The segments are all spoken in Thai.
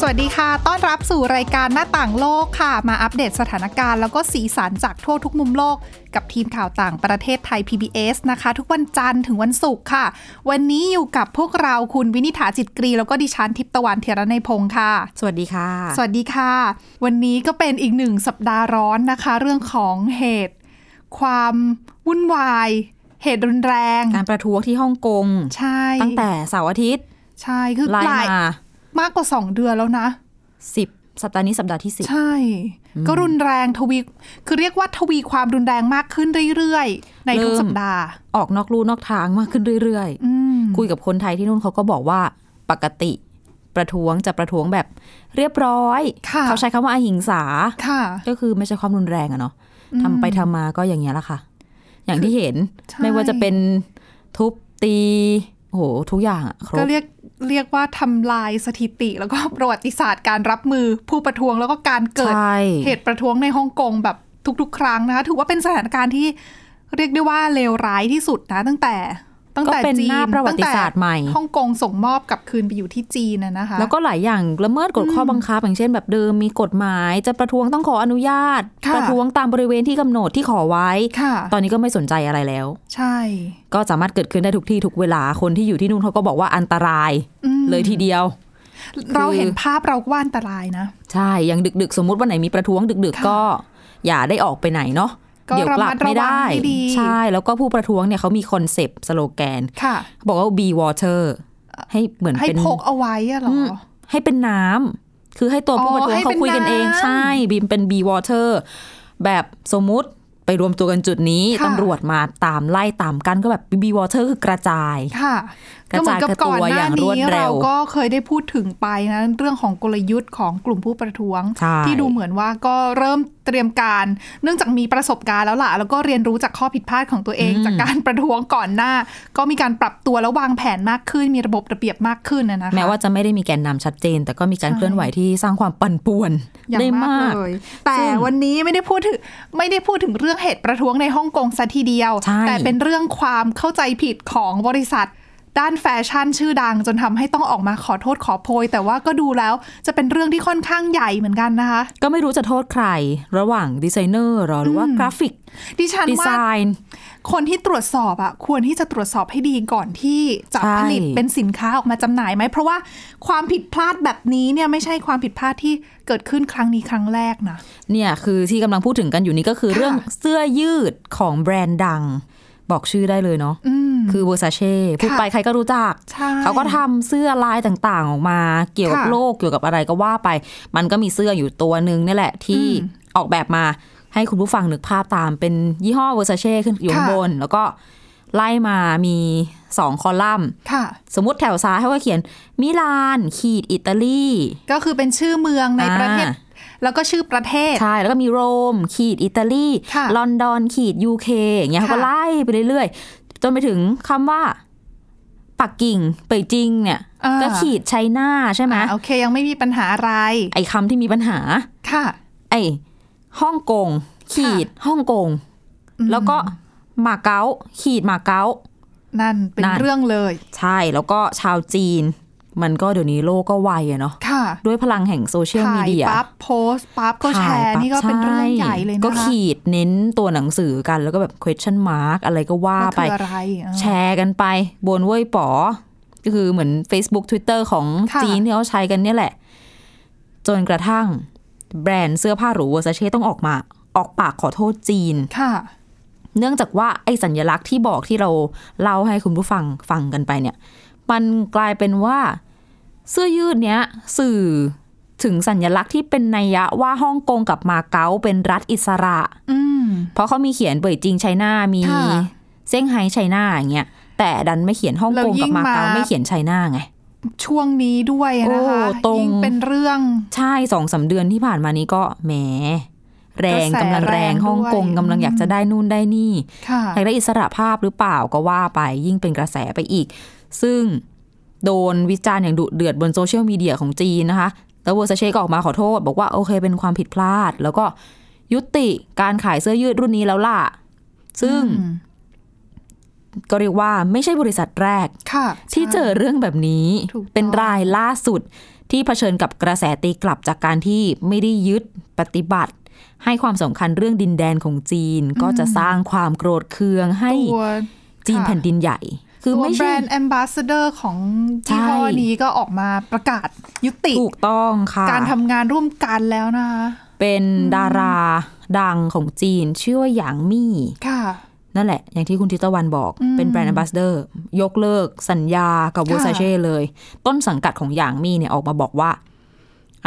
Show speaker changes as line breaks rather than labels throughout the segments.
สวัสดีค่ะ ต้อนรับสู่รายการหน้าต่างโลกค่ะ มาอัปเดตสถานการณ์แล้วก็สีสันจากทั่วทุกมุมโลก กับทีมข่าวต่างประเทศไทย PBS นะคะ ทุกวันจันทร์ถึงวันศุกร์ค่ะ วันนี้อยู่กับพวกเราคุณวินิษฐาจิตกรี แล้วก็ดิฉันทิพย์ตะวันเทยระในยพงค์ค่ะ
สวัสดีค่ะ
สวัสดีค่ะ วันนี้ก็เป็นอีกหนึ่งสัปดาห์ร้อนนะคะ เรื่องของเหตุ ความวุ่นวาย เหตุรุนแรง
การประท้วงที่ฮ่องกง
ใช่
ตั้งแต่เสาร์อาทิตย์
ใช่คือ
ไล่
หลาย
มา
ามากกว่า 2 เดือนแล้วนะ
สิบสัปดาห์นี้สัปดาห์ที่สิบ
ใช่ ก็รุนแรงทวีคือเรียกว่าทวีความรุนแรงมากขึ้นเรื่อยๆ ในทุกสัปดาห์
ออกนอกลู่นอกทางมากขึ้นเรื่อย
อืม
ๆ คุยกับคนไทยที่นู่นเขาก็บอกว่าปกติ ประท้วงจะประท้วงแบบเรียบร้อย
ค่ะ
เขาใช้คำว่าอหิงสา
ค่ะ
ก็คือไม่ใช่ความรุนแรงอะเนาะทำไปทำมาก็อย่างเงี้ยละค่ะ อย่างที่เห็น
ใช่
ไม่ว่าจะเป็นทุบตีโอ้โหทุกอย่างอะคร
ก็
บ
เรียกเรียกว่าทำลายสถิติ แล้วก็ประวัติศาสตร์การรับมือผู้ประท้วงแล้วก็การเกิด
ใช่
เหตุประท้วงในฮ่องกงแบบทุกๆ ครั้งนะคะ ถือว่าเป็นสถานการณ์ที่เรียกได้ว่าเลวร้ายที่สุดนะ ตั้งแต่ตั้ง
ก็
แต่
เป็น
จี
หน้าน ประวัติศาสต
งแ
ร์ใหม่
ฮ่องกงส่งมอบกลับคืนไปอยู่ที่จีนนะนะคะ
แล้วก็หลายอย่างละเมิดกฎข้อบังคับ อย่างเช่นแบบเดิมมีกฎหมาย จะประท้วงต้องขออนุญาต
ค่ะ
ประท้วงตามบริเวณที่กำหนดที่ขอไว้
ค่ะ
ตอนนี้ก็ไม่สนใจอะไรแล้ว
ใช่
ก็สามารถเกิดขึ้นได้ทุกที่ทุกเวลาคนที่อยู่ที่นู่นเขาก็บอกว่าอันตราย
อืม
เลยทีเดียว
เรา
คือ
เห็นภาพเราก็ว่าอันตรายนะ
ใช่อย่างดึกๆ สมมุติวันไหนมีประท้วงดึก
ค่ะ
ๆ ก็อย่าได้ออกไปไหนเนาะ
ก็
เดี๋ยวกลับ
ระมัด
ไม่
ระวัง
ได้
ให้ดี
ใช่แล้วก็ผู้ประท้วงเนี่ยเขามีคอนเซปต์สโลแกน
ค่ะ
เขาบอกว่า be water ให้เหมือน
ให้
เป็น
พกเอาไว้อะเหรอ
ม ให้เป็นน้ำ คือให้ตัว
อ๋อ
ผู้ประท้วง
ให้
เขา
เป็น
คุยกันเอง
น้ำ
ใช่ บีมเป็น B water แบบสมมุติไปรวมตัวกันจุดนี้
ค่ะ
ตำรวจมาตามไล่ตามกันก็แบบ B water คือกระจาย
ค่ะ
กระจาย
ก็เหมือนกับก่อน
ก
ห
ระตัวอ
น้า
ย่างร
นี้
วดเร็ว
เราก็เคยได้พูดถึงไปนะ เรื่องของกลยุทธ์ของกลุ่มผู้ประท้วง
ใช่
ที่ดูเหมือนว่าก็เริ่มเตรียมการ เนื่องจากมีประสบการณ์แล้วล่ะ แล้วก็เรียนรู้จากข้อผิดพลาดของตัวเอง จากการประท้วงก่อนหน้า ก็มีการปรับตัวแล้ววางแผนมากขึ้น มีระบบระเบียบมากขึ้นนะนะคะ
แม้ว่าจะไม่ได้มีแกนนำชัดเจน แต่ก็มีการ
ใช่
เคลื่อนไหวที่สร้างความปั่นป่วน
อย่าง
ได้
มาม
าก ก
เลย แต่
ซึ่ง
วันนี้ไม่ได้พูดถึงไม่ได้พูดถึงเรื่องเหตุประท้วงในฮ่องกงซะทีเดียว
ใช่
แต่เป็นเรื่องความเข้าใจผิดของบริษัท ด้านแฟชั่นชื่อดัง จนทำให้ต้องออกมาขอโทษขอโพย แต่ว่าก็ดูแล้วจะเป็นเรื่องที่ค่อนข้างใหญ่เหมือนกันนะคะ
ก็ไม่รู้จะโทษใคร ระหว่างดีไซเนอร์หรอหรือว่ากราฟิก
ดิฉัน
ดีไซ
ว่า
น์
คนที่ตรวจสอบอ่ะควรที่จะตรวจสอบให้ดีก่อนที่จะ
ใช่
ผลิตเป็นสินค้าออกมาจำหน่ายไหมเพราะว่าความผิดพลาดแบบนี้เนี่ยไม่ใช่ความผิดพลาดที่เกิดขึ้นครั้งนี้ครั้งแรกนะ
เนี่ยคือที่กำลังพูดถึงกันอยู่นี้ก็คือ
ค่ะ
เรื่องเสื้อยืดของแบรนด์ดัง บอกชื่อได้เลยเนาะ
อืม
คือเวอร์ซาเช่พูด
ค่ะ
ไปใครก็รู้จัก
ใช่
เขาก็ทำเสื้อลายต่างๆ ออกมา เกี่ยวกับ
ค่ะ
โลกเกี่ยวกับอะไรก็ว่าไป มันก็มีเสื้ออยู่ตัวหนึ่งนี่แหละ ที่
อืม
ออกแบบมาให้คุณผู้ฟังนึกภาพตามเป็นยี่ห้อเวอร์ซาเช่ขึ้นอยู่ข้าง
ค่ะ
บน แล้วก็ไล่มามี 2 คอลัมน์
ค่ะ
สมมติแถวซ้ายเขาก็เขียนมิลาน ขีดอิตาลี
ก็คือเป็นชื่อเมืองในประเทศ
อ่า
แล้วก็ชื่อประเทศ
ใช่แล้วก็มีโรม ขีดอิตาลี
ค่ะ
ลอนดอนขีดยูเคอย่างเงี้ยเขาก็
ค่ะ
ไล่ไปเรื่อยๆจนไปถึงคำว่าปักกิ่งเป่ยจิงเนี่ย
อ่า
ก็ขีดไชน่าใช่ไหม
อ่าโอเคยังไม่มีปัญหาอะไร
ไอ้คำที่มีปัญหา
ค่ะ
ไอ้ฮ่องกง ขีดฮ่องกง
อืม
แล้วก็มาเก๊าขีดมาเก๊า
นั่นเป็น
นั่น
เรื่องเลย
ใช่แล้วก็ชาวจีน มันก็เดี๋ยวนี้โลกก็ไวอะเนาะ
ค่ะ
ด้วยพลังแห่งโซเชียล
ถ่า
มี
ย
เดีย
ปั๊บโพสต์ปั๊บก็แช
ถ่าย
ร์
ปั๊บ
นี่ก็เป็นเรื่องใหญ่เลยนะคะ
ก็ขีดเน้นตัวหนังสือกันแล้วก็แบบ question mark อะไรก็ว่า
ว่า
ไป
คืออะไรอ่า
แชร์กันไปบนเว่ยป๋อก็คือเหมือน Facebook Twitter ของ
ค่ะ
จีนที่เขาใช้กันเนี่ยแหละ จนกระทั่งแบรนด์เสื้อผ้าหรูวอร์ซาเช่ต้องออกมา ออกปากขอโทษจีน
ค่ะ
เนื่องจากว่าไอ้สัญลักษณ์ที่บอกที่เราเล่าให้คุณผู้ฟังฟังกันไปเนี่ย มันกลายเป็นว่า เสื้อยืดเนี้ย สื่อถึงสัญลักษณ์ที่เป็นนัยยะว่าฮ่องกงกับมาเก๊าเป็นรัฐอิสระ
อืม
เพราะเขามีเขียนเป่ยจิงไชน่ามี
ค่ะ
เซี่ยงไฮ้ไชน่าอย่างเงี้ยแต่ดันไม่เขียนฮ่อง
แล้ว
กง
ยิ่
กับ
ง
มาเก๊า
มา
ไม่เขียนไชน่าไง
ช่วงนี้ด้วยนะคะ
โอ้ตรง
ยิ่งเป็นเรื่อง
ใช่สองสามเดือนที่ผ่านมานี้ก็แหม แรง
กระแส
กำลังแรง
แรง
ฮ่องกง
ด้วย
กำลังอยากจะได้นู่นได้นี่
ค่ะ
อยากได้อิสระภาพหรือเปล่าก็ว่าไปยิ่งเป็นกระแสไปอีก ซึ่ง โดนวิจารณ์อย่างดุเดือดบนโซเชียลมีเดียของจีนนะคะ แล้วเวอร์ซาเช่ก็ออกมาขอโทษ บอกว่าโอเคเป็นความผิดพลาด แล้วก็ยุติการขายเสื้อยืดรุ่นนี้แล้วล่ะ ซึ่ง
อืม
ก็เรียกว่าไม่ใช่บริษัทแรก
ค่ะ
ที่เจอเรื่องแบบนี้
ถูกต้อง
เป็นรายล่าสุดที่เผชิญกับกระแสตีกลับจากการที่ไม่ได้ยึดปฏิบัติ ให้ความสำคัญเรื่องดินแดนของจีนก็จะสร้างความโกรธเคืองให้
ตัว
จีนแผ่นดินใหญ่ คือ
ตัว
ไม่
แบร
ใช่
นด์แอมบาสเดอร์ของยี่ห้อ
ใช่
นี้ก็ออกมาประกาศยุติ
ถูกต้องค่ะ
การทำงานร่วมกันแล้วนะคะ
เป็นดาราดังของจีน ชื่อว่าหยางมี่
ค่ะ
นั่นแหละ อย่างที่คุณทิตวันบอกเป็นแบรนด์ a บ b สเดอร์ ยกเลิกสัญญากับ
ค่ะ
ว e ซาเช่เลย ต้นสังกัดของหยางมี่เนี่ยออกมาบอกว่า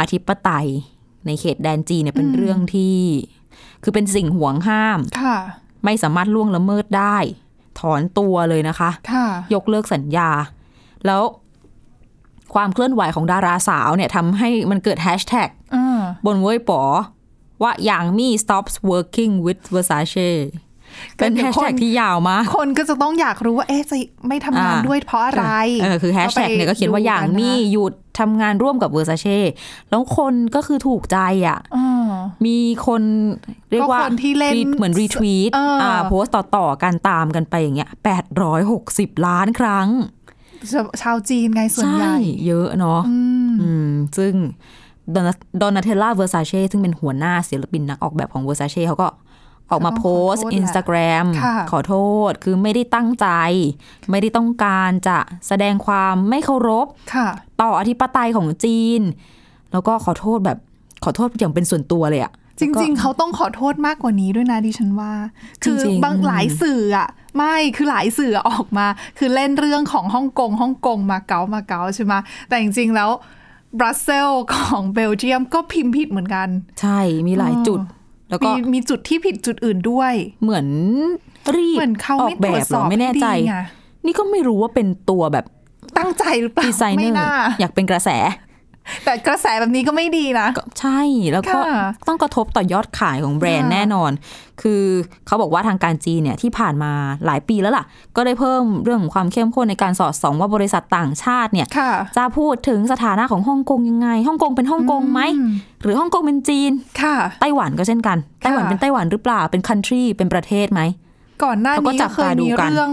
อธิปไตยในเขตแดนจีนเนี่ยเป็นเรื่องที่ คือเป็นสิ่งห่วงห้าม
ค่ะ
ไม่สามารถล่วงละเมิดได้ ถอนตัวเลยนะคะ
ค่ะ
ยกเลิกสัญญา แล้วความเคลื่อนไหวของดาราสาวเนี่ยทำให้มันเกิดแฮชแท็ก
อ่า
บนเว้ยป๋อว่าอย่างมี่ stops working with Versace
ก็
เป็น
เดี๋
แฮ
ยว
ชแท็ก
คน
ที่ยาวมาก
คนก็จะต้องอยากรู้ว่า เอ๊ะ จะไม่ทำงาน
อ่า
ด้วยเพราะอะไร
เออคือแฮชแท็กเนี่ยก็เขียนว่าอย่างมี่หยุดทำงานร่วมกับ Versace แล้วคนก็คือถูกใจอ่ะ
อ่า
มีคนเรียกว่า
ก็คนที่เล่น
รีเหมือนรีทวีต
เอออ่
โพสต์ต่อๆกันตามกันไปอย่างเงี้ย860 ล้านครั้ง
ชาวจีนไงส่วนใหญ่
เยอะเนาะอืมซึ่งดอนนาเทลล่าเวอร์ซาเช่ซึ่งเป็นหัวหน้าศิลปินนักออกแบบของเวอร์ซาเช่เขาก็ออกมา
ต้องขอ
โพ
โทษ
สต์
แหละ
อินสตาแกรม
ค่ะ
ขอโทษคือไม่ได้ตั้งใจ ไม่ได้ต้องการจะแสดงความไม่เคารพ
ค่ะ
ต่ออธิปไตยของจีน แล้วก็ขอโทษแบบขอโทษอย่างเป็นส่วนตัวเลยอะ
จริง ๆ เขาต้องขอโทษมากกว่านี้ด้วยนะดิฉันว่า คือ
จริงๆ
บางหลายสื่ออะไม่คือหลายสื่อออกมา คือเล่นเรื่องของฮ่องกงฮ่องกงมาเก๊ามาเก๊าใช่ไหมแต่จริง ๆ แล้วบรัสเซลของเบลเยียมก็พิมพ์ผิดเหมือนกัน
ๆใช่มีหลายจุด แล้วก็
มีมีจุดที่ผิดจุดอื่นด้วย
เหมือนรีบ
เหมือนเขา
ออ
ไม่
กแบ
ตรวจ
บ
ส
เหร
อ
อบ ไม่แน่ใจ
ดีไง
นี่ก็ไม่รู้ว่าเป็นตัวแบบ
ตั้งใจหรือเปล่า
ดีไซเนอ
ไม่
ร์
น่า
อยากเป็นกระแส
แต่กระแสแบบนี้ก็ไม่ดีนะ
ก็ใช่แล้วก็
ค่ะ
ต้องกระทบต่อยอดขายของแบรนด์
ค่ะ
แน่นอน คือเขาบอกว่าทางการจีนเนี่ยที่ผ่านมาหลายปีแล้วล่ะ ก็ได้เพิ่มเรื่องความเข้มข้นในการสอดส่องว่าบริษัทต่างชาติเนี่ย
ค่ะ
จะพูดถึงสถานะของฮ่องกงยังไงฮ่องกงเป็นฮ่องกงไหม
อืม
หรือฮ่องกงเป็นจีน
ค่ะ
ไต้หวันก็เช่นกัน ไต้หวัน
ค่ะ
เป็นไต้หวันหรือเปล่าเป็น country เป็นประเทศไหม
ก่อนหน้า
เขาก็
นี้
จับ
เคย
ตาดู
มี
กัน
เรื่อง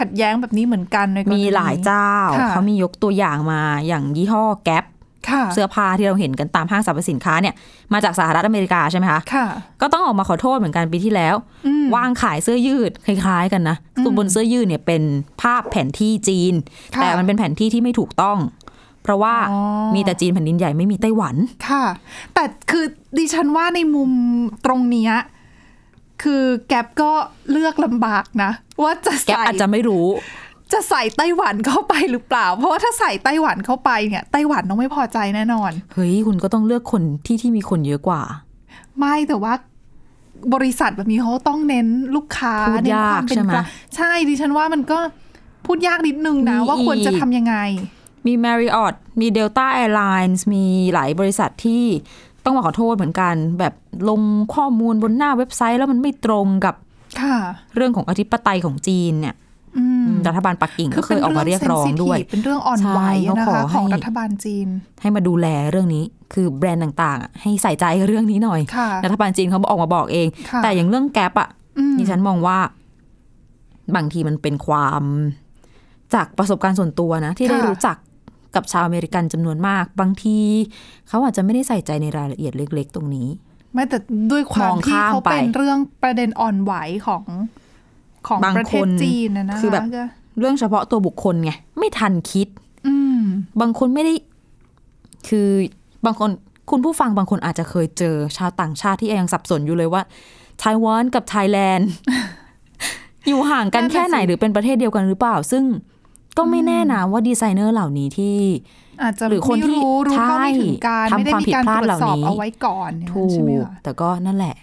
ขัดแย้งแบบนี้เหมือนกันในกรณี
มีหลายเจ้า
ค่ะ
เขามียกตัวอย่างมาอย่างยี่ห้อแก๊ป
ค่ะ
เสื้อผ้าที่เราเห็นกันตามห้างสรรพสินค้าเนี่ยมาจากสหรัฐอเมริกาใช่ไหมคะ
ค่ะ
ก็ต้องออกมาขอโทษเหมือนกันปีที่แล้ว
อืม
วางขายเสื้อยืดคล้ายๆกันนะคือบนเสื้อยืดเนี่ยเป็นภาพแผนที่จีน
ค่ะ
แต่มันเป็นแผนที่ที่ไม่ถูกต้อง เพราะว่า
อ๋อ
มีแต่จีนแผ่นดินใหญ่ไม่มีไต้หวัน
ค่ะ แต่คือดิฉันว่าในมุมตรงเนี้ยคือแกปก็เลือกลำบากนะ ว่าจะ
แกป
ใส่
อาจจะไม่รู้
จะใส่ไต้หวันเข้าไปหรือเปล่า เพราะว่าถ้าใส่ไต้หวันเข้าไปเนี่ยไต้หวันต้องไม่พอใจแน่นอน
เฮ้ย คุณก็ต้องเลือกคนที่ที่มีคนเยอะกว่า
ไม่แต่ว่าบริษัทแบบนี้เขาต้องเน้นลูกค้า
พูด
เน้น
ยาก
ความเป็น
ใช่ไหม
กลางใช่ดิฉันว่ามันก็พูดยากนิดนึงนะ
มี
ว่าควร
อีก
จะทำยังไง
มี Marriott มี Delta Airlines มีหลายบริษัทที่ต้องมาขอโทษเหมือนกัน แบบลงข้อมูลบนหน้าเว็บไซต์แล้วมันไม่ตรงกับ
ค่ะ
เรื่องของอธิปไตยของจีนเนี่ย
อืม
รัฐบาลปักกิ่งก็เคยออกมาเรียกร้องด้วย
คือเป็นเรื่อง sensitive เป็นเรื่องอ่อนไหว
ใช่เขา
นะ
ขอ
คะ
ให้
ของรัฐบาลจีน
ให้มาดูแลเรื่องนี้คือแบรนด์ต่างๆอะให้ใส่ใจเรื่องนี้หน่อย
ค่ะ
รัฐบาลจีนเขาออกมาบอกเอง
ค่ะ
แต่อย่างเรื่องแก๊ปอะ
อืม
ดิฉันมองว่า บางทีมันเป็นความจากประสบการณ์ส่วนตัวนะ ที่ได้
ค่ะ
รู้จักกับชาวอเมริกันจำนวนมาก บางที เขาอาจจะไม่ได้ใส่ใจในรายละเอียดเล็ก ๆ ตรงนี้
ไม่แต่ด้วยความ
มอง
ที่
ข้าม
เขาเป็น
ไป
เรื่องประเด็นอ่อนไหวของของ
บาง
ประเทศ
คน
จีนนะนะ
คือแบบ
ก็
เรื่องเฉพาะตัวบุคคลไงไม่ทันคิด
อืม
บางคนไม่ได้ คือบางคนคุณผู้ฟังบางคนอาจจะเคยเจอชาวต่างชาติที่ยังสับสนอยู่เลยว่าไต้หวันกับไทยแลนด์ อยู่ห่างกัน
นั่นน่ะ
แค่ไหน
สิ
หรือเป็นประเทศเดียวกันหรือเปล่า ซึ่งก็ไม่แน่นะว่าดีไซเนอร์เหล่านี้ที่
อาจจะ
หรือคนที่
ไม่รู้รู้เท่าไม่ถึงการ
ใช่
ไม่ได้มีการ
ทำความผิดพ
ตรวจ
ลาดเหล่า
สอบ
นี้
เอาไว้ก่อนอย่าง
ถู
นั้นใช่ไหม
ก
คะ
แต่ก็นั่นแหละ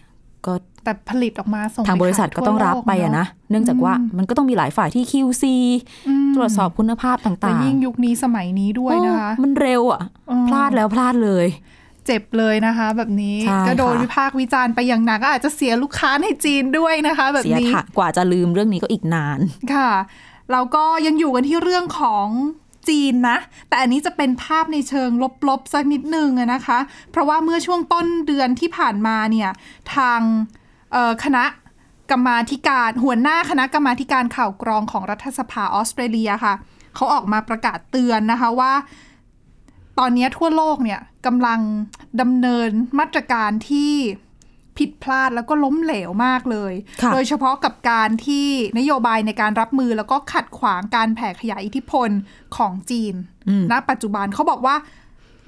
ก็
แต่ผลิตออกมาส่ง
ทาง
ไป
บริษัท
ขาย
ก็ต้อง
ทั่ว
รับ
โลก
ไปอะนะเนื่องจากว่ามันก็ต้องมีหลายฝ่ายที่ QC
อืม
ตรวจสอบคุณภาพ
แต่
ต่าง
ยิ่งยุคนี้สมัยนี้ด้วย
เออ
นะคะ
มันเร็วอ่ะ
อืม
พลาดแล้วพลาดเลย
เจ็บเลยนะคะ แบบนี้
ใช่
ก็โดน
ค่ะ
วิพากษ์วิจารณ์ไปอย่างหนักก็อาจจะเสียลูกค้าในจีนด้วยนะคะ แบบ
เสีย
นี้
ถะกว่าจะลืมเรื่องนี้ก็อีกนาน
ค่ะ เราก็ยังอยู่กันที่เรื่องของ จีนนะ แต่อันนี้จะเป็นภาพในเชิงลบๆสักนิดนึงอะนะคะ เพราะว่าเมื่อช่วงต้นเดือนที่ผ่านมาเนี่ยทางเอ่อคณะกรรมาธิการหัวหน้าคณะกรรมาธิการข่าวกรองของรัฐสภาออสเตรเลียค่ะเขาออกมาประกาศเตือนนะคะว่า ตอนนี้ทั่วโลกเนี่ยกำลังดำเนินมาตรการที่ผิดพลาดแล้วก็ล้มเหลวมากเลย
ค่ะ
โดยเฉพาะกับการที่นโยบายในการรับมือแล้วก็ขัดขวางการแผ่ขยายอิทธิพลของจีนณปัจจุบันเขาบอกว่า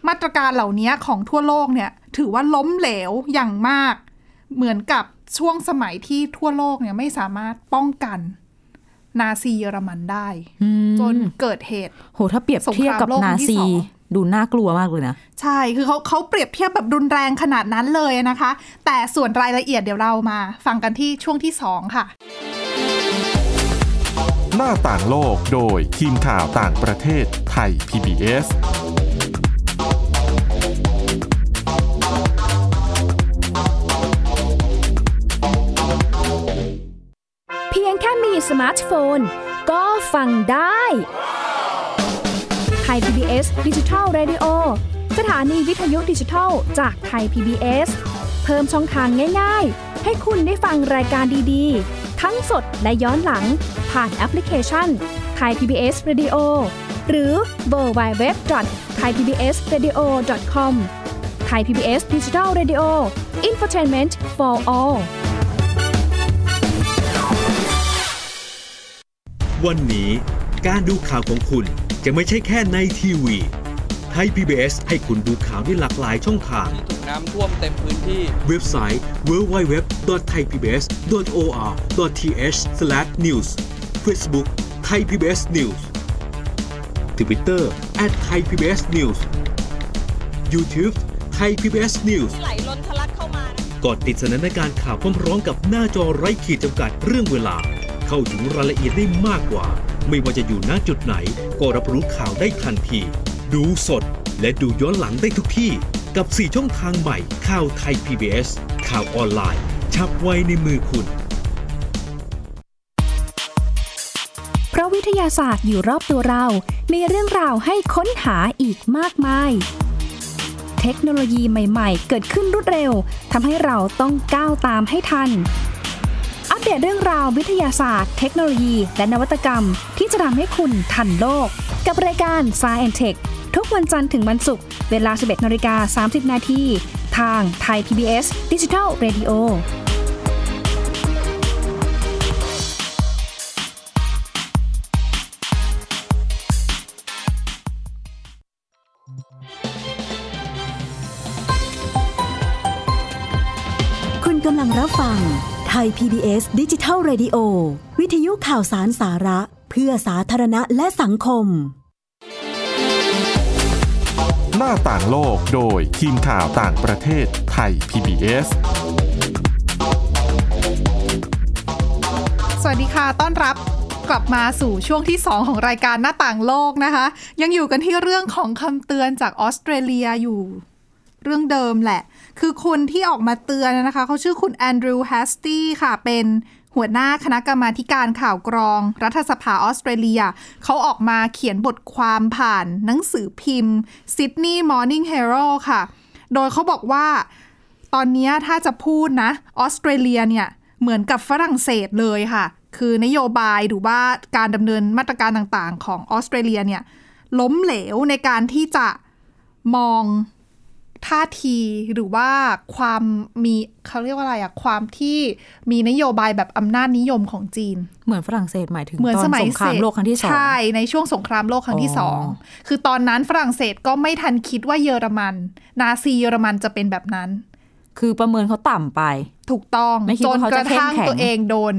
มาตรการเหล่านี้ของทั่วโลกเนี่ยถือว่าล้มเหลวอย่างมาก เหมือนกับช่วงสมัยที่ทั่วโลกเนี่ยไม่สามารถป้องกันนาซีเยอรมันได้ จนเกิดเหตุ
โหถ้าเปรียบเทียบกับ
สงครามโลกค
นา
รั้งที่
ซี
สอง
ดูน่ากลัวมากเลยนะ
ใช่ คือเขาเขาเปรียบเทียบแบบรุนแรงขนาดนั้นเลยนะคะ แต่ส่วนรายละเอียดเดี๋ยวเรามา ฟังกันที่ช่วงที่ 2 ค่ะ
หน้าต่างโลกโดยทีมข่าวต่างประเทศไทย PBS
เพียงแค่มีสมาร์ทโฟน ก็ฟังได้ไทย PBS ดิจิทัล Radio สถานีวิทยุดิจิทัลจากไทย PBS เพิ่มช่องทางง่ายๆ ให้คุณได้ฟังรายการดีๆ ทั้งสดและย้อนหลัง ผ่านแอปพลิเคชันไทย PBS Radio หรือเวอร์ไบเว็บไทยพีบีเอสเรดิโอคอมไทยพีบีเอสดิจิทัลเรดิโออินฟอร์ทนเมนต์ for all
วันนี้การดูข่าวของคุณจะไม่ใช่แค่ในทีวีไทย PBS ให้คุณดูข่าวได้หลากหลายช่องทาง
ที่ถูกน้ำท่วมเต็มพื้นที่
เว็บไซต์ www.thaipbs.or.th/news Facebook Thai PBS News Twitter @thaipbsnews YouTube Thai PBS News
ไหลล้นทะลักเข้ามา
กดติดสนันในการข่าวพร้อมร้องกับหน้าจอไร้ขีดจำกัดเรื่องเวลา เข้าถึงรายละเอียดได้มากกว่า ไม่ว่าจะอยู่ณจุดไหน ก็รับรู้ข่าวได้ทันที ดูสดและดูย้อนหลังได้ทุกที่ กับ 4 ช่องทางใหม่ข่าวไทย PBS ข่าวออนไลน์ ชับไว้ในมือคุณ
เพราะวิทยาศาสตร์อยู่รอบตัวเรา มีเรื่องราวให้ค้นหาอีกมากมาย เทคโนโลยีใหม่ ๆ เกิดขึ้นรวดเร็ว ทำให้เราต้องก้าวตามให้ทัน อัปเดตเรื่องราววิทยาศาสตร์ เทคโนโลยี และนวัตกรรม ที่จะทำให้คุณทันโลก กับรายการ s ายแอนเทคทุกวันจันทร์ถึงวันศุกร์ เวลา 11นาฬิกา30 นาทีทางไทย PBS d i g i ดิจิ Radio
คุณกำลังรับฟังไทย PBS ดิจิทัล Radio วิทยุข่าวสารสาระ เพื่อสาธารณะและสังคม
หน้าต่างโลกโดยทีมข่าวต่างประเทศไทย PBS
สวัสดีค่ะ ต้อนรับกลับมาสู่ช่วงที่ 2 ของรายการหน้าต่างโลกนะคะ ยังอยู่กันที่เรื่องของคำเตือนจากออสเตรเลียอยู่เรื่องเดิมแหละ คือคนที่ออกมาเตือนนะคะ เขาชื่อคุณแอนดรูว์แฮสตี้ค่ะ เป็นหัวหน้าคณะกรรมาธิการข่าวกรอง รัฐสภาออสเตรเลีย เขาออกมาเขียนบทความผ่านหนังสือพิมพ์ Sydney Morning Herald ค่ะ โดยเขาบอกว่า ตอนเนี้ยถ้าจะพูดนะออสเตรเลียเนี่ยเหมือนกับฝรั่งเศสเลยค่ะ คือนโยบายหรือว่าการดำเนินมาตรการต่างๆ ของออสเตรเลียเนี่ยล้มเหลวในการที่จะมองท่าทีหรือว่าความมีเขาเรียกว่าอะไรอะความที่มีนโยบายแบบอำนาจนิยมของจีน
เหมือนฝรั่งเศสหมายถึง
เหมือน
ตอน
สมัย
สงครามโลกครั้งที่สอง
ใช่ในช่วงสงครามโลกครั้งที่
อ๋อ
สองคือตอนนั้นฝรั่งเศสก็ไม่ทันคิดว่าเยอรมัน นาซีเยอรมันจะเป็นแบบนั้น
คือประเมินเขาต่ำไป
ถูกต้อง
ไม่คิด
จน
ว่าเขา
ก
จะ
ระ
เข้ม
ทั่ง
แข็ง
ตัวเองโดน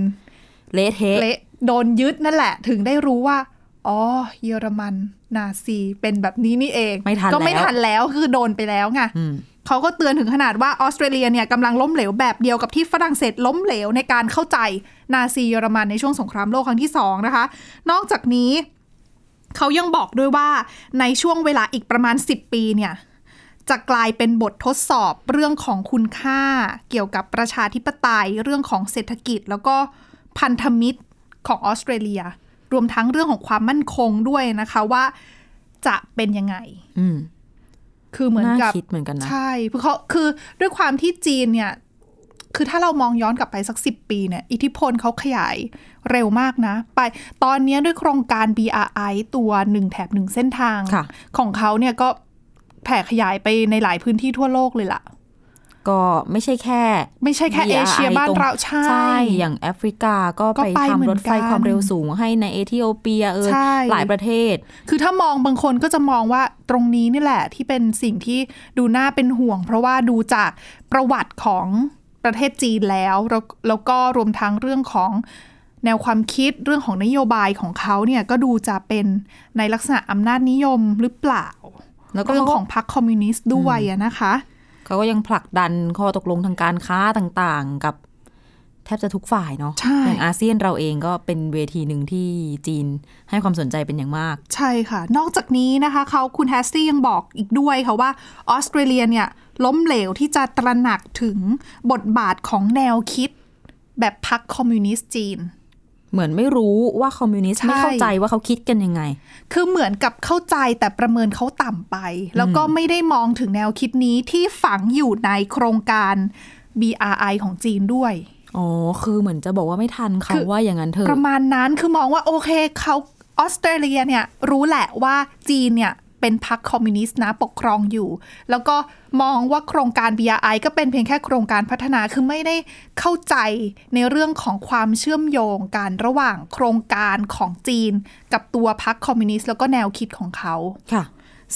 เละเทะ
เละโดนยึดนั่นแหละ ถึงได้รู้ว่า อ๋อ เยอรมันนาซีเป็นแบบนี้นี่เอง
ไม่ทัน
ก็ไม่
แล้ว
ทันแล้วคือโดนไปแล้วไง
อืม
เขาก็เตือนถึงขนาดว่าออสเตรเลียเนี่ยกำลังล้มเหลวแบบเดียวกับที่ฝรั่งเศสล้มเหลวในการเข้าใจนาซีเยอรมันในช่วงสงครามโลกครั้งที่สองนะคะ นอกจากนี้เขายังบอกด้วยว่าในช่วงเวลาอีกประมาณ 10 ปีเนี่ย จะกลายเป็นบททดสอบเรื่องของคุณค่า เกี่ยวกับประชาธิปไตยเรื่องของเศรษฐกิจ แล้วก็พันธมิตรของออสเตรเลีย รวมทั้งเรื่องของความมั่นคงด้วยนะคะว่า จะเป็นยังไง
อืม
คือเหมือน
น่า
กับ
คิดเหมือนกันนะ
ใช่เพราะเขาคือด้วยความที่จีนเนี่ย คือถ้าเรามองย้อนกลับไปสักสิปีเนี่ย อิทธิพลเขาขยายเร็วมากนะ ไปตอนเนี้ยด้วยโครงการ BRI ตัวหนึ่งแถบหนึ่งเส้นทาง
ค่ะ
ของเขาเนี่ยก็แผ่ขยายไปในหลายพื้นที่ทั่วโลกเลยล่ะ
ก็ไม่ใช่แค่
ไม่ใช่แค่
VRI
เอเชียบ้าน
ตง
เราใช่
ใช่ อย่างแอฟริกาก็
ก็
ไป
ไปเหมื
ทำร
อน
ถไฟ
กัน
ความเร็วสูงให้ในเอธิโอเปียเออ
ใช่
หลายประเทศ
คือถ้ามองบางคนก็จะมองว่าตรงนี้นี่แหละที่เป็นสิ่งที่ดูน่าเป็นห่วง เพราะว่าดูจากประวัติของประเทศจีนแล้วแล้วแล้วก็รวมทั้งเรื่องของแนวความคิดเรื่องของนโยบายของเขาเนี่ยก็ดูจะเป็นในลักษณะอำนาจนิยมหรือเปล่า
แล้วก็
เรื่อง
เขาก็
ของพรรคคอมมิวนิสต์ด้วยอะนะคะ
เขาก็ยังผลักดันข้อตกลงทางการค้าต่างๆ กับแทบจะทุกฝ่ายเนาะ
ใช่
อย่างอาเซียนเราเองก็เป็นเวทีหนึ่งที่จีนให้ความสนใจเป็นอย่างมาก
ใช่ค่ะ นอกจากนี้นะคะเขาคุณแฮสตี้ยังบอกอีกด้วยค่ะว่าออสเตรเลียเนี่ยล้มเหลวที่จะตระหนักถึงบทบาทของแนวคิด แบบพรรคคอมมิวนิสต์จีน
เหมือนไม่รู้ว่าคอมมิวนิสต์
ใช่
ไม่เข้าใจว่าเขาคิดกันยังไง
คือเหมือนกับเข้าใจแต่ประเมินเขาต่ำไป แล้วก็ไม่ได้มองถึงแนวคิดนี้ที่ฝังอยู่ในโครงการ BRI ของจีนด้วย
อ๋อ คือเหมือนจะบอกว่าไม่ทันเขา
คือ
ว่าอย่างนั้นเถอะ
ประมาณนั้นคือมองว่าโอเคเขาออสเตรเลียเนี่ยรู้แหละว่าจีนเนี่ยเป็นพรรคคอมมิวนิสต์นะปกครองอยู่ แล้วก็มองว่าโครงการ BRI ก็เป็นเพียงแค่โครงการพัฒนาคือไม่ได้เข้าใจในเรื่องของความเชื่อมโยงการระหว่างโครงการของจีน กับตัวพรรคคอมมิวนิสต์แล้วก็แนวคิดของเขา
ค่ะ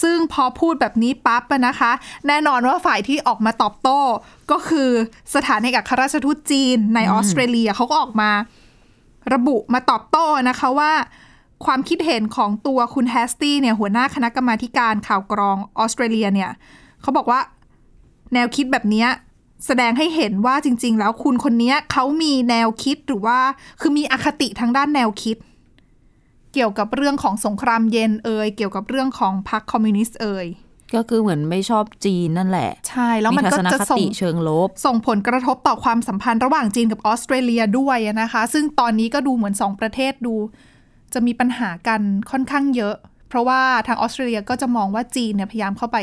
ซึ่งพอพูดแบบนี้ปั๊บอะนะคะ แน่นอนว่าฝ่ายที่ออกมาตอบโต้ก็คือสถานเอกอัครราชทูตจีนในออสเตรเลียเขาก็ออกมา ระบุมาตอบโต้นะคะว่า ความคิดเห็นของตัวคุณแฮสตี้เนี่ยหัวหน้าคณะกรรมาธิการข่าวกรองออสเตรเลียเนี่ยเขาบอกว่าแนวคิดแบบเนี้ยแสดงให้เห็นว่าจริง ๆ แล้วคุณคนเนี้ยเขามีแนวคิดหรือว่าคือมีอคติทางด้านแนวคิด เกี่ยวกับเรื่องของสงครามเย็นเอ่ยเกี่ยวกับเรื่องของพรรคคอมมิวนิสต์เอ่ย
ก็คือเหมือนไม่ชอบจีนนั่นแหละ
ใช่แล้วมันก็
ทัศน
จะ
ค
ส่ง
ติเชิงลบ
ส่งผลกระทบต่อความสัมพันธ์ระหว่างจีนกับออสเตรเลียด้วยนะคะ ซึ่งตอนนี้ก็ดูเหมือน 2 ประเทศดู จะมีปัญหากันค่อนข้างเยอะ เพราะว่าทางออสเตรเลียก็จะมองว่าจีนเนี่ยพยายามเข้าไป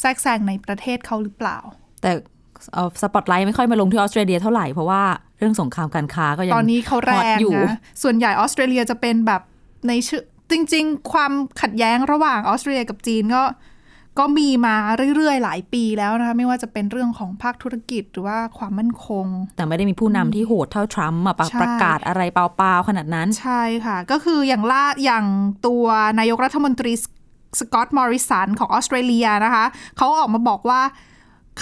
แทรกแซงในประเทศเขาหรือเปล่า
แต่เอ่อสปอตไลท์ไม่ค่อยมาลงที่ออสเตรเลียเท่าไหร่ เพราะว่าเรื่องสงครามการค้าก็ยัง
ตอนนี้เขาแร
ฮอต
ง
อยู่
นะส่วนใหญ่ออสเตรเลียจะเป็นแบบในชื่อจริง ๆ ความขัดแย้งระหว่างออสเตรเลียกับจีนก็ก็มีมาเรื่อยๆ หลายปีแล้วนะคะไม่ว่าจะเป็นเรื่องของภาคธุรกิจหรือว่าความมั่นคง
แต่ไม่ได้มีผู้นำที่โหดเท่าทรัมป์อะปะ
ใช่
ประกาศอะไรเปล่าๆขนาดนั้น
ใช่ค่ะ ก็คืออย่างล่าอย่างตัวนายกรัฐมนตรีสกอตต์มอริสันของออสเตรเลียนะคะเขาออกมาบอกว่า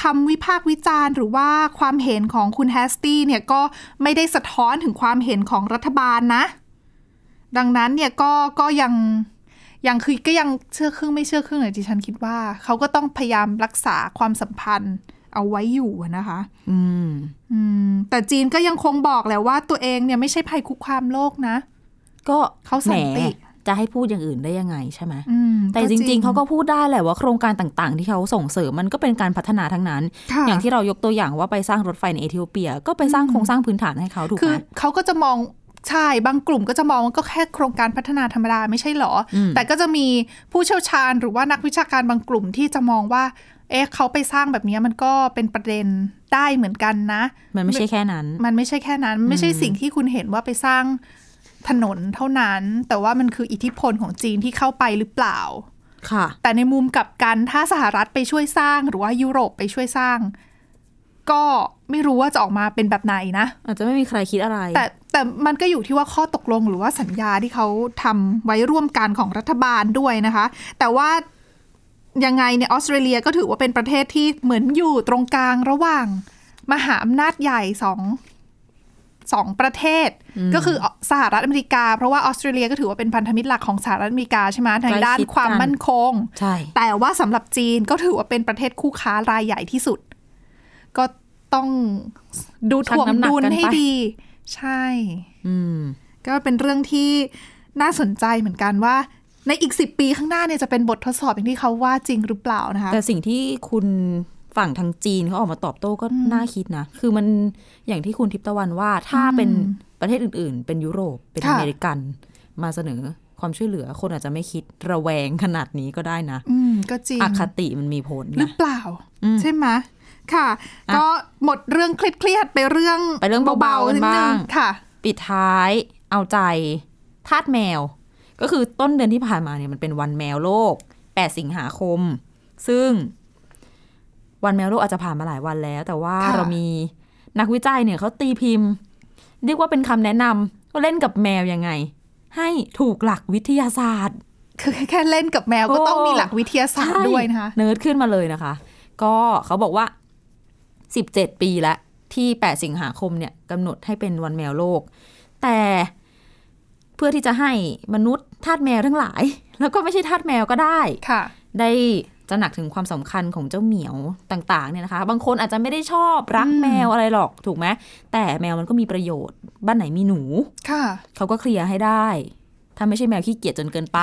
คำวิพากษ์วิจารณ์ หรือว่าความเห็นของคุณแฮสตี้เนี่ยก็ไม่ได้สะท้อนถึงความเห็นของรัฐบาลนะ ดังนั้นเนี่ยก็ก็ยังยังคือก็ยังเชื่อครึ่งไม่เชื่อครึ่งเลยดิฉันคิดว่า เขาก็ต้องพยายามรักษาความสัมพันธ์เอาไว้อยู่อะนะคะ
อืม
อืมแต่จีนก็ยังคงบอกแหละว่าตัวเองเนี่ยไม่ใช่ภัยคุกคามโลกนะ
ก็
เขาสั
แหม
นติ
จะให้พูดอย่างอื่นได้ยังไงใช่ไหม
อืม
แต่
ก็
จริง ๆ เขาก็พูดได้แหละว่าโครงการต่างๆ ที่เขาส่งเสริมมันก็เป็นการพัฒนาทั้งนั้น
ค่ะ
อย่างที่เรายกตัวอย่างว่าไปสร้างรถไฟในเอธิโอเปีย ก็ไปสร้างโครงสร้างพื้นฐานให้เขาถูก
คื
ไห
อ
ม
เขาก็จะมองใช่บางกลุ่มก็จะมองว่าก็แค่โครงการพัฒนาธรรมดาไม่ใช่หรออแต่ก็จะมีผู้เชี่ยวชาญหรือว่านักวิชาการบางกลุ่มที่จะมองว่า เอ๊ะเขาไปสร้างแบบนี้มันก็เป็นประเด็นได้เหมือนกันนะ
มันไม่ใช่แค่นั้น
มันไม่ใช่แค่นั้น ไม่ใช่สิ่งที่คุณเห็นว่าไปสร้างถนนเท่านั้น แต่ว่ามันคืออิทธิพลของจีนที่เข้าไปหรือเปล่า
ค่ะ
แต่ในมุมกลับกันถ้าสหรัฐไปช่วยสร้างหรือว่ายุโรปไปช่วยสร้าง ก็ไม่รู้ว่าจะออกมาเป็นแบบไหนนะ
อาจจะไม่มีใครคิดอะไร
แต่แต่มันก็อยู่ที่ว่าข้อตกลงหรือว่าสัญญาที่เขาทำไว้ร่วมกันของรัฐบาลด้วยนะคะ แต่ว่ายังไงเนี่ยออสเตรเลียก็ถือว่าเป็นประเทศที่เหมือนอยู่ตรงกลางระหว่าง มหาอำนาจใหญ่สองสองประเทศ ก็คือสหรัฐอเมริกา เพราะว่าออสเตรเลียก็ถือว่าเป็นพันธมิตรหลักของสหรัฐอเมริกาใช่ไหมทางด้าน
ใกล้ชิดกัน
ความมั่นคง
ใช่
แต่ว่าสำหรับจีนก็ถือว่าเป็นประเทศคู่ค้ารายใหญ่ที่สุด ก็ต้องดูถ่วง
ชั่งน้ำหนัก
ดุล
กันไป
ให้ดี ใช่
อืม
ก็เป็นเรื่องที่น่าสนใจเหมือนกันว่า ในอีกสิบปีข้างหน้าเนี่ยจะเป็นบททดสอบอย่างที่เขาว่าจริงหรือเปล่านะคะ
แต่สิ่งที่คุณฝั่งทางจีนเขาออกมาตอบโต้ก็น่าคิดนะ คือมันอย่างที่คุณทิพย์ตะวันว่าถ้าเป็นประเทศอื่นๆ เป็นยุโรป เป็น
ค่ะ
อเมริกัน มาเสนอ ความช่วยเหลือคนอาจจะไม่คิดระแวงขนาดนี้ก็ได้นะ
อืมก็จริง
อคติมันมีผล
หรือ
นะ
เปล่า
อืม
ใช่ไหมค่ะ
อ่ะ
ก็หมดเรื่องเครียดๆไปเรื่อง
ไปเรื่องเบาๆกัน
นิดนึ
บ้าง
ค่ะ
ปิดท้ายเอาใจทาสแมว ก็คือต้นเดือนที่ผ่านมาเนี่ยมันเป็นวันแมวโลก 8 สิงหาคม ซึ่งวันแมวโลกอาจจะผ่านมาหลายวันแล้ว แต่ว่า
ค่ะ
เรามีนักวิจัยเนี่ยเขาตีพิมพ์ เรียกว่าเป็นคำแนะนำก็เล่นกับแมวยังไง ให้ถูกหลักวิทยาศาสตร์
คือแค่เล่นกับแมวก็
โอ้
ต้องมีหลักวิทยาศาสตร์
ใช่
ด้วยนะคะ
เนิร์ดขึ้นมาเลยนะคะ ก็เขาบอกว่า 17 ปีแล้ว ที่ 8 สิงหาคมเนี่ยกำหนดให้เป็นวันแมวโลก แต่เพื่อที่จะให้มนุษย์ทาสแมวทั้งหลาย แล้วก็ไม่ใช่ทาสแมวก็ได้
ค่ะ
ได้จะหนักถึงความสำคัญของเจ้าเหมียวต่างๆเนี่ยนะคะ บางคนอาจจะไม่ได้ชอบรัก
อืม
แมวอะไรหรอกถูกไหมแต่แมวมันก็มีประโยชน์ บ้านไหนมีหนู
ค่ะ
เขาก็เคลียร์ให้ได้ ถ้าไม่ใช่แมวขี้เกียจจนเกินไป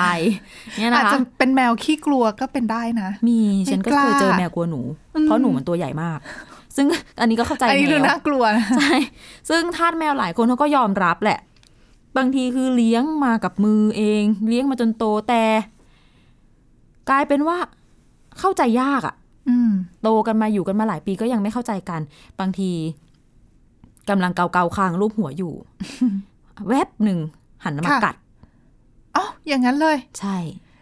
เนี่ยนะคะ
อาจจะเป็นแมวขี้กลัวก็เป็นได้นะ
มีฉันก็
ไม่กล้า
เคยเจอแมวกลัวหนู
อืม
เพราะหนูมันตัวใหญ่มาก ซึ่ง อันนี้ก็เข้าใจ
อันนี้
แม
ดู
ว
น่ากลัวนะ
ใช่ซึ่งทาสแมวหลายคนเขาก็ยอมรับแหละ บางทีคือเลี้ยงมากับมือเอง เลี้ยงมาจนโตแต่ กลายเป็นว่าเข้าใจยากอะ
อืม
โตกันมาอยู่กันมาหลายปีก็ยังไม่เข้าใจกัน บางทีกำลังเกาเกาๆคางรูปหัวอยู่ แวบหนึ่งหันมา
ค่ะ
กัด
อ๋ออย่างนั้นเลย
ใช่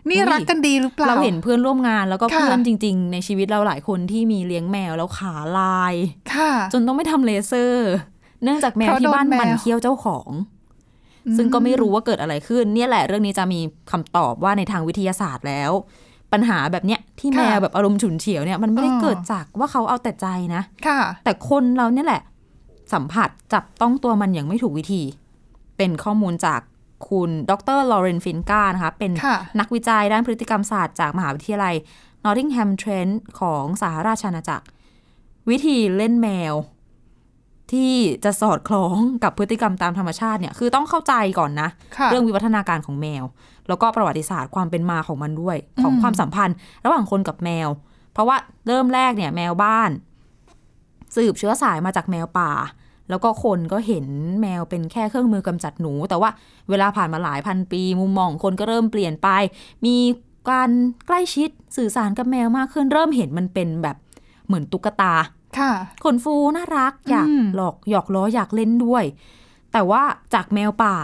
นี่
อุ๊ย
รักกันดีหรือเปล่า
เราเห็นเพื่อนร่วมงานแล้วก็
ค่ะ
เพื่อนจริง ๆ ในชีวิตเราหลายคนที่มีเลี้ยงแมวแล้วขาลาย
ค่ะ
จนต้องไม่ทำเลเซอร์ เนื่องจากแมว
เพราะ
ที่บ้าน
โดนแมว
มันเคี้ยวเจ้าของ ซึ่งก็ไม่รู้ว่าเกิดอะไรขึ้น เนี่ยแหละเรื่องนี้จะมีคำตอบว่าในทางวิทยาศาสตร์แล้ว ปัญหาแบบเนี้ยที่
ค่ะ
แมวแบบอารมณ์ฉุนเฉียวเนี่ยมันไม่ได้
อ๋อ
เกิดจากว่าเขาเอาแต่ใจนะ
ค่ะ
แต่คนเราเนี่ยแหละ สัมผัสจับต้องตัวมันอย่างไม่ถูกวิธี เป็นข้อมูลจากคุณดรลอเรนฟินกานะคะ เป็น
ค่ะ
นักวิจัยด้านพฤติกรรมศาสตร์จากมหาวิทยาลัยนอริงแฮมเทรนต์ของสหราชอาณาจักร วิธีเล่นแมว ที่จะสอดคล้องกับพฤติกรรมตามธรรมชาติเนี่ย คือต้องเข้าใจก่อนนะ
ค่ะ
เรื่องวิวัฒนาการของแมว แล้วก็ประวัติศาสตร์ความเป็นมาของมันด้วย ของ
อืม
ความสัมพันธ์ ระหว่างคนกับแมว เพราะว่าเริ่มแรกเนี่ยแมวบ้าน สืบเชื้อสายมาจากแมวป่า แล้วก็คนก็เห็นแมวเป็นแค่เครื่องมือกำจัดหนู แต่ว่าเวลาผ่านมาหลายพันปี มุมมองของคนก็เริ่มเปลี่ยนไป มีการใกล้ชิดสื่อสารกับแมวมากขึ้น เริ่มเห็นมันเป็นแบบเหมือนตุ๊กตา
ค่ะ
ขนฟูน่ารักอยาก
อืม
หลอกหยอกล้ออยากเล่นด้วย แต่ว่าจากแมวป่า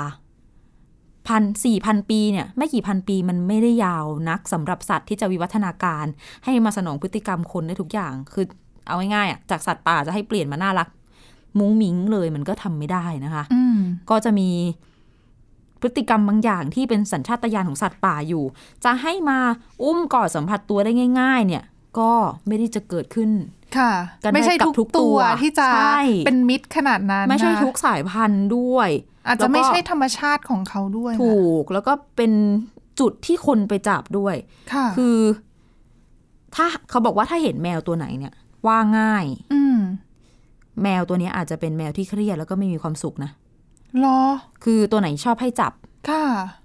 พันสี่พันปีเนี่ย ไม่กี่พันปีมันไม่ได้ยาวนักสำหรับสัตว์ที่จะวิวัฒนาการ ให้มาสนองพฤติกรรมคนได้ทุกอย่าง คือเอาง่ายๆอ่ะจากสัตว์ป่าจะให้เปลี่ยนมาน่ารัก มุ้งมิ้งเลยมันก็ทำไม่ได้นะคะ
อืม
ก็จะมีพฤติกรรมบางอย่างที่เป็นสัญชาตญาณของสัตว์ป่าอยู่ จะให้มาอุ้มกอดสัมผัสตัวได้ง่าย ๆ เนี่ย ก็ไม่ได้จะเกิดขึ้น
ค่ะ
กันได้
ไม่ใช่
กับ
ทุก
ทุกตั
ตัว
ว
ที่จะ
ใช่
เป็นมิตรขนาดนั้น
ไม่ใช่
นะ
ทุกสายพันธุ์ด้วย
อาจ
แล้
จะ
วก็
ไม่ใช่ธรรมชาติของเขาด้วยนะ
ถูกแล้วก็เป็นจุดที่คนไปจับด้วย
ค่ะ
คือ ถ้าเขาบอกว่าถ้าเห็นแมวตัวไหนเนี่ย ว่าง่าย
อืม
แมวตัวเนี้ยอาจจะเป็นแมวที่เครียดแล้วก็ไม่มีความสุขนะ
รอ
คือตัวไหนชอบให้จับ
ค่ะ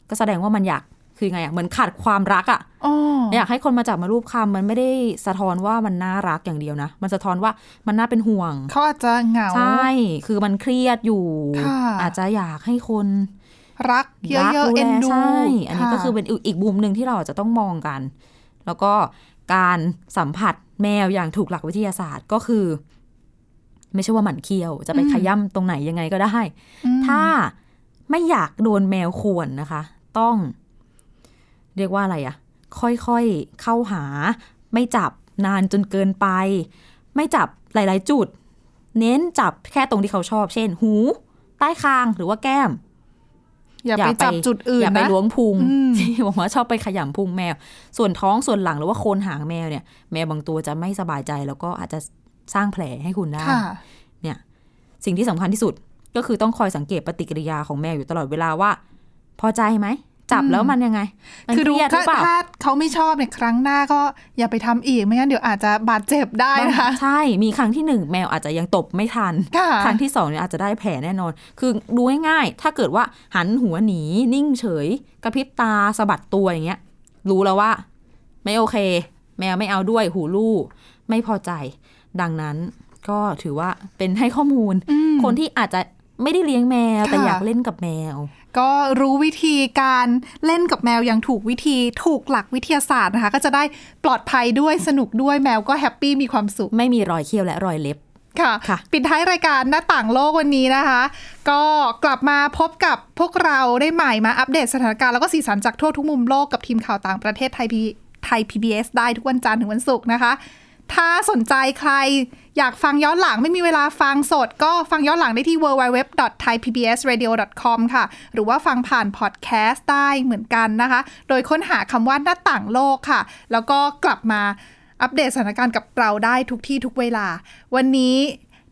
ก็แสดงว่ามันอยากคือไงอะเหมือนขาดความรักอะ
อ๋อ
อยากให้คนมาจับมารูปคำมันไม่ได้สะท้อนว่ามันน่ารักอย่างเดียวนะมันสะท้อนว่ามันน่าเป็นห่วง
เขาอาจจะเหงา
ใช่คือมันเครียดอยู่
ค่ะ
อาจจะอยากให้คน
รักเย
รัก
อะๆเอ็นดู
ใช่อันนี้ก็
ะ
คือเป็นอีกอีกมุมหนึ่งที่เราอาจจะต้องมองกัน แล้วก็การสัมผัสแมวอย่างถูกหลักวิทยาศาสตร์ก็คือ ไม่ใช่ว่าหมันเคี้ยว จะไปขย้ำตรงไหนยังไงก็ได้
อืม
ถ้าไม่อยากโดนแมวข่วนนะคะ ต้อง เรียกว่าอะไรอะค่อยๆเข้าหา ไม่จับนานจนเกินไป ไม่จับหลาย ๆ จุด เน้นจับแค่ตรงที่เขาชอบ เช่น หู ใต้คางหรือว่าแก้ม
อย่าไปจับจุดอื่น
อย่าไป
นะ
ล้วงพุง
อืม
ที่บอกว่าชอบไปขยำพุงแมว ส่วนท้องส่วนหลังหรือว่าโคนหางแมวเนี่ย แมวบางตัวจะไม่สบายใจ แล้วก็อาจจะสร้างแผลให้คุณได้
ค่ะ
สิ่งที่สำคัญที่สุดก็คือต้องคอยสังเกตปฏิกิริยาของแมวอยู่ตลอดเวลาว่า พอใจไหม จับแล้วมันยังไง มัน
คือ
เค
ดู
รียดหรื
ถ้า
อเปล่า
ถ้าเขาไม่ชอบเนี่ยครั้งหน้าก็อย่าไปทำอีกไม่งั้นเดี๋ยวอาจจะบาดเจ็บได้นะคะ
ใช่ มีครั้งที่หนึ่งแมวอาจจะยังตบไม่ทัน
ค่ะ
ครั้งที่สองเนี่ยอาจจะได้แผลแน่นอน คือดูง่ายๆ ถ้าเกิดว่าหันหัวหนีนิ่งเฉย กระพริบตาสะบัดตัวอย่างเงี้ย รู้แล้วว่า ไม่โอเค แมวไม่เอาด้วยหูลู่ไม่พอใจ ดังนั้นก็ถือว่าเป็นให้ข้อมูล
อืม
คนที่อาจจะไม่ได้เลี้ยงแมว แต่
ค่ะ
อยากเล่นกับแมว
ก็รู้วิธีการเล่นกับแมวอย่างถูกวิธีถูกหลักวิทยาศาสตร์นะคะ ก็จะได้ปลอดภัยด้วยสนุกด้วยแมวก็แฮปปี้มีความสุข
ไม่มีรอยเขี้ยวและรอยเล็บ
ค่ะ
ค่ะ
ปิดท้ายรายการหน้าต่างโลกวันนี้นะคะ ก็กลับมาพบกับพวกเราได้ใหม่มาอัปเดตสถานการณ์แล้วก็สีสันจากทั่วทุกมุมโลกกับทีมข่าวต่างประเทศไทยพีไทย PBS ได้ทุกวันจันทร์ถึงวันศุกร์นะคะ ถ้าสนใจใครอยากฟังย้อนหลังไม่มีเวลาฟังสด ก็ฟังย้อนหลังได้ที่ www.thaipbsradio.com ค่ะ หรือว่าฟังผ่านพอดแคสต์ได้เหมือนกันนะคะ โดยค้นหาคำว่าหน้าต่างโลกค่ะ แล้วก็กลับมา อัปเดตสถานการณ์กับเราได้ทุกที่ทุกเวลา วันนี้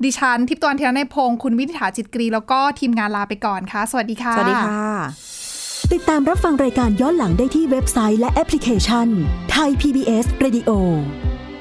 ดิฉันทิพย์ตะวันเทียนในยพงศ์คุณวินิษฐาจิตกรี แล้วก็ทีมงานลาไปก่อนค่ะ สวัสดีค่ะ
สวัสดีค่ะ
ติดตามรับฟังรายการย้อนหลังได้ที่เว็บไซต์และแอปพลิเคชันไทย PBS Radio